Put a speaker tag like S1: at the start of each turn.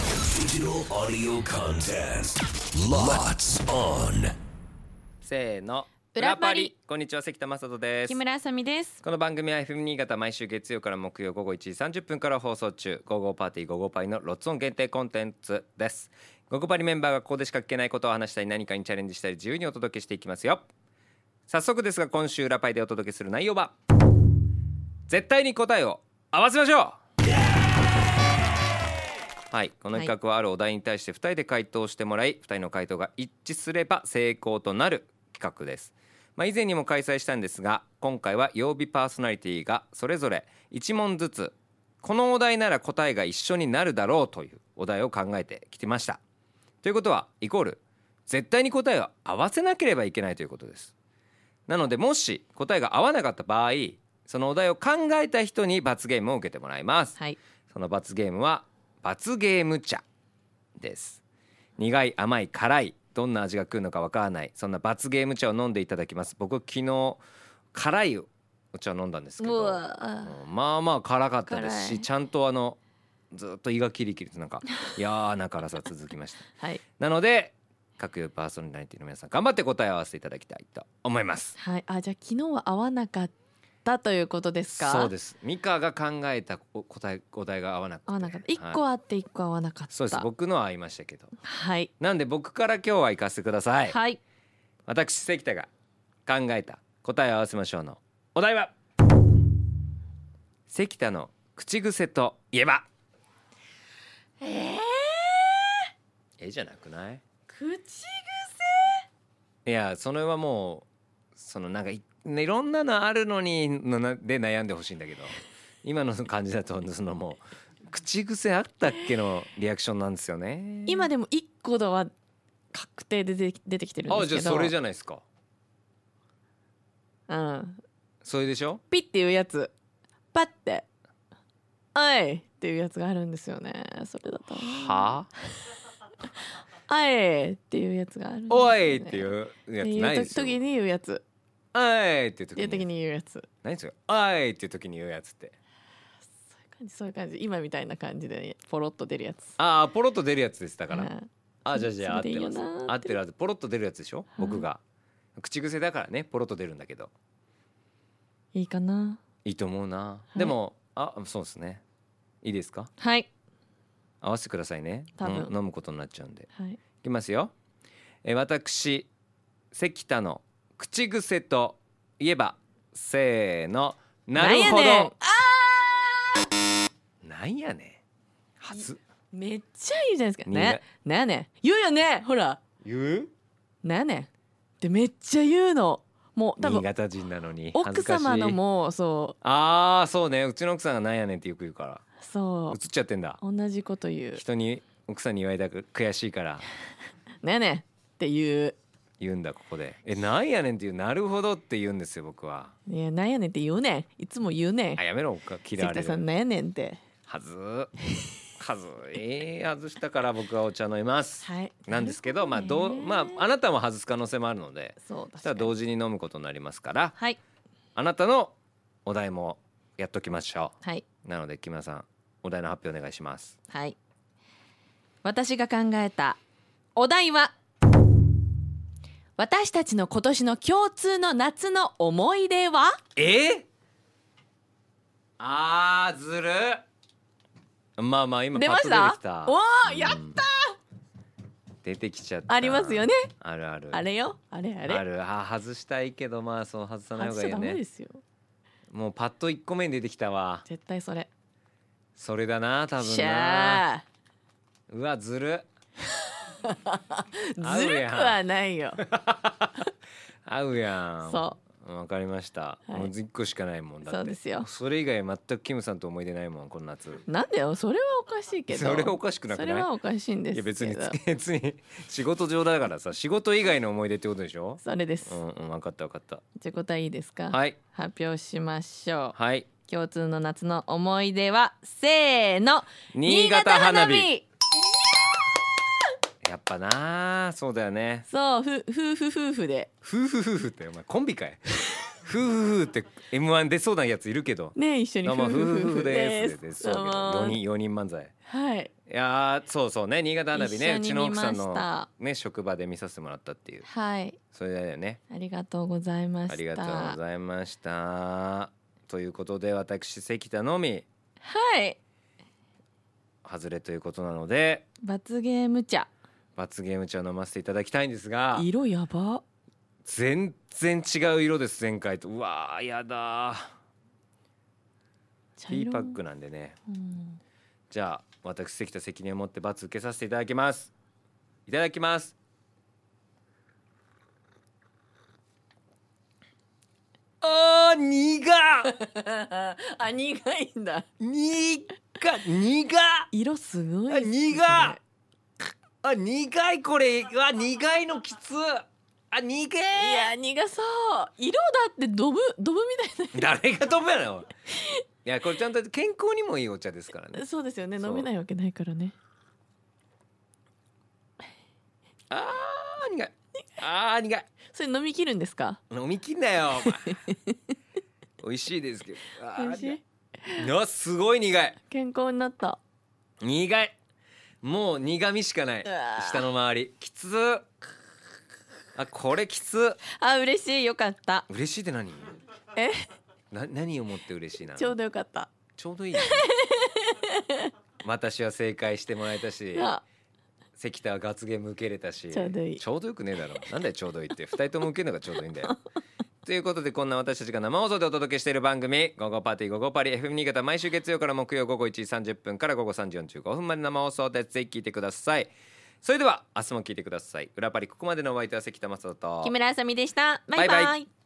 S1: Digital audio contest. Lots on.
S2: せーの
S3: 裏パリ
S2: こんにちは関田正人です
S3: 木村あさみです
S2: この番組は FM 新潟毎週月曜から木曜午後1時30分から放送中「午後パーティー午後パイ」のロッツオン限定コンテンツです午後パリメンバーがここでしか聞けないことを話したり何かにチャレンジしたり自由にお届けしていきますよ早速ですが今週裏パイでお届けする内容は絶対に答えを合わせましょうはい、この企画はあるお題に対して2人で回答してもらい2人の回答が一致すれば成功となる企画です、まあ、以前にも開催したんですが今回は曜日パーソナリティがそれぞれ1問ずつこのお題なら答えが一緒になるだろうというお題を考えてきてましたということはイコール絶対に答えを合わせなければいけないということですなのでもし答えが合わなかった場合そのお題を考えた人に罰ゲームを受けてもらいます
S3: はい
S2: その罰ゲームは罰ゲーム茶です苦い甘い辛いどんな味が来るのかわからないそんな罰ゲーム茶を飲んでいただきます僕昨日辛いお茶を飲んだんですけ
S3: う
S2: ど
S3: わ
S2: うんまあまあ辛かったです
S3: 辛
S2: し
S3: い
S2: ちゃんとあのずっと胃がキリキリとなん か嫌な辛さ続きました
S3: はい
S2: なので各パーソナリティの皆さん頑張って答えを合わせていただきたいと思います
S3: はいあじゃあ昨日は会わなかったということですか
S2: そうですすミカが考えたお答えお題が合わなくて
S3: 会わなかった一
S2: はい
S3: 個あって一個会わなかった
S2: そうです僕のは合いましたけど
S3: はい
S2: なんで僕から今日は行かせてください、
S3: はい
S2: 私関田が考えた答えを合わせましょうのお題は関田の口癖といえば
S3: えー
S2: えじゃなくない
S3: 口癖
S2: いやそれはもうそのなんかい,、ね、いろんなのあるのにのなで悩んでほしいんだ けど今の感じだとそのもう口癖あったっけのリアクションなんですよね
S3: 今でも一個だは確定で出て出てきてるん
S2: あ
S3: です
S2: じ
S3: け
S2: ゃ
S3: ど
S2: あそれじゃないですか
S3: うん
S2: それでしょ
S3: ピッていうやつパッて「あい」っていうやつがあるんですよねそれだと
S2: はあ
S3: 「あい」っていうやつがあるんですよね
S2: おいっていうやつないです
S3: ってい
S2: よ。
S3: う時に言うやつ
S2: おいっていう
S3: っていう
S2: 時
S3: 時
S2: に。
S3: に言うやつ
S2: 何ですよ。おいっていう時に言うやつって。
S3: 感じそういう感じ今みたいな感じでポロッと出るやつ
S2: ああポロッと出るやつですだか
S3: う
S2: ら。
S3: ん
S2: あじゃあじゃあ合っ
S3: それ
S2: て
S3: で
S2: ま
S3: いいよ
S2: す
S3: なーって。
S2: 合ってる合ってるポロッと出るやつでしょ。
S3: うん
S2: 僕が口癖だからねポロッと出るんだけど
S3: いいかない
S2: いと思うな。
S3: い
S2: でもあそうですね。いいですか。
S3: はい
S2: 合わせてくださいね。
S3: 多分
S2: 飲む飲むことになっちゃうんで。
S3: はい
S2: いきますよ。えー私関田の口癖といえばせーのなるほ
S3: なんやね
S2: ど
S3: ん。
S2: なんやねん。初
S3: めっちゃいいじゃないですか
S2: ね
S3: ねなんやねん言うよねほら
S2: 言う
S3: なんやねんってめっちゃ言うのもう多
S2: 新
S3: 分
S2: 潟人なのに恥
S3: 奥
S2: ずかしい
S3: 様のもそ
S2: ああそうねうちの奥さんがなんやねんってよく言うから
S3: うそ
S2: 映っちゃってんだ
S3: う同じこと言う
S2: 人に奥さんに言われたく悔しいから
S3: なんやねんって言う
S2: 言うんだここでえなんやねんっていうなるほどって言うんですよ僕はい
S3: やなんやねんって言うねんいつも言うねん
S2: あやめろか嫌わ
S3: 関
S2: れ
S3: 田さん
S2: る
S3: なんやねんって
S2: はずーはずい外したから僕はお茶飲みます
S3: はい
S2: なんですけどまあどうまああ
S3: な
S2: なたも外す可能性もあるので
S3: そう
S2: そしたら
S3: 確かに
S2: 同時に飲むことになりますから
S3: はい
S2: あなたのお題もやっときましょう
S3: はい
S2: なので木村さんお題の発表お願いします
S3: はい私が考えたお題は私たちの今年の共通の夏の思い出は
S2: えあーずるまあまあ今
S3: 出まし
S2: パッ
S3: た
S2: と出てきた
S3: おーやった
S2: 出てきちゃった
S3: ありますよね
S2: あるある
S3: あれよあれあ
S2: あ
S3: れ
S2: るあー外したいけどまあそう外さない方
S3: 外
S2: がいい
S3: しちゃ
S2: よ
S3: ダメで
S2: ね
S3: すよ
S2: もうパッと1個目に出てきたわ
S3: 絶対それ
S2: それだな多分
S3: し
S2: な
S3: ゃ
S2: うわずる
S3: ーずるくはないよ
S2: 合うやん
S3: そう
S2: わかりました、
S3: はい
S2: もう1個しかないもんだって
S3: そうですよ
S2: それ以外全くキムさんと思い出ないもんこの夏
S3: なんだよそれはおかしいけど
S2: それおかしくなく
S3: そ
S2: ない
S3: れはおかしいんで
S2: いや
S3: す
S2: 別
S3: け
S2: に
S3: ど
S2: 別に仕事上だからさ仕事以外の思い出ってことでしょ
S3: それです
S2: うんうん分かった分かった
S3: じゃあ答えいいですか
S2: はい
S3: 発表しましょ
S2: はいう
S3: 共通の夏の思い出はせーの
S2: 新潟花火やっぱなあそうだよね
S3: そうふ夫婦夫婦で
S2: 夫婦夫婦ってお前コンビかいふうふうふうって M1 出そうなやついるけど。
S3: ね一緒に
S2: どうもふうふうふうです。でそう
S3: どう
S2: けど
S3: も
S2: 4人四人漫才。
S3: はい
S2: いやーそうそうね新潟花火ねう
S3: 一
S2: ち
S3: 緒
S2: の
S3: に
S2: 奥
S3: 見ま
S2: さん
S3: し
S2: の
S3: た
S2: ね職場で見させてもらったっていう
S3: はい
S2: それだよね。
S3: ありがとうございました
S2: ありがとうございました。ということで私関田のみ
S3: はい
S2: 外れということなので
S3: 罰ゲーム茶
S2: 罰ゲーム茶を飲ませていただきたいんですが
S3: 色やば
S2: 全然違う色です前回とうわーやだー
S3: 茶
S2: ティ
S3: 色
S2: ーパックなんでね
S3: うん
S2: じゃあ私関田責任を持って罰受けさせていただきますいただきますあー苦っ
S3: あ苦いんだ
S2: 苦っ苦っ
S3: 色すごい
S2: あ
S3: っすね
S2: 苦っあ苦いこれは苦いのきつあ苦
S3: い
S2: え
S3: や苦そう色だってドブドブみたい
S2: 誰が飛ぶやろいやこれちゃんと健康にもいいお茶ですからね
S3: なそうですよね
S2: そう
S3: 飲めないわけないからね
S2: あー苦いあー苦い
S3: それ飲み切るんですか
S2: 飲みきんなよお前 美味しいですけどあー
S3: 美味しい
S2: 苦いうわすごい苦い
S3: 健康になった
S2: 苦いもう苦味しかないう
S3: わー
S2: 下の周りきつーあこれきつ
S3: あ嬉しいよかった
S2: 嬉しいって何
S3: え
S2: な何をもって嬉しいな
S3: ちょうどよかった
S2: ちょうどいい、ね。 私は正解してもらえたし、
S3: あ
S2: 関田はガツゲーム受けれたし、
S3: ちょうどいい
S2: よくねえだろ。なんだよちょうどいいって、二人とも受けるのがちょうどいいんだ よ。ということでこんな私たちが生放送でお届けしている番組「午後パーティー午後パリ FM 新潟」毎週月曜から木曜午後1時30分から午後3時45分まで生放送でぜひ聞いてくださいそれでは明日も聞いてください裏パリここまでのお相手は関田正人と
S3: 木村あさみでした
S2: バ
S3: バ
S2: イ
S3: イ
S2: バイ
S3: バイ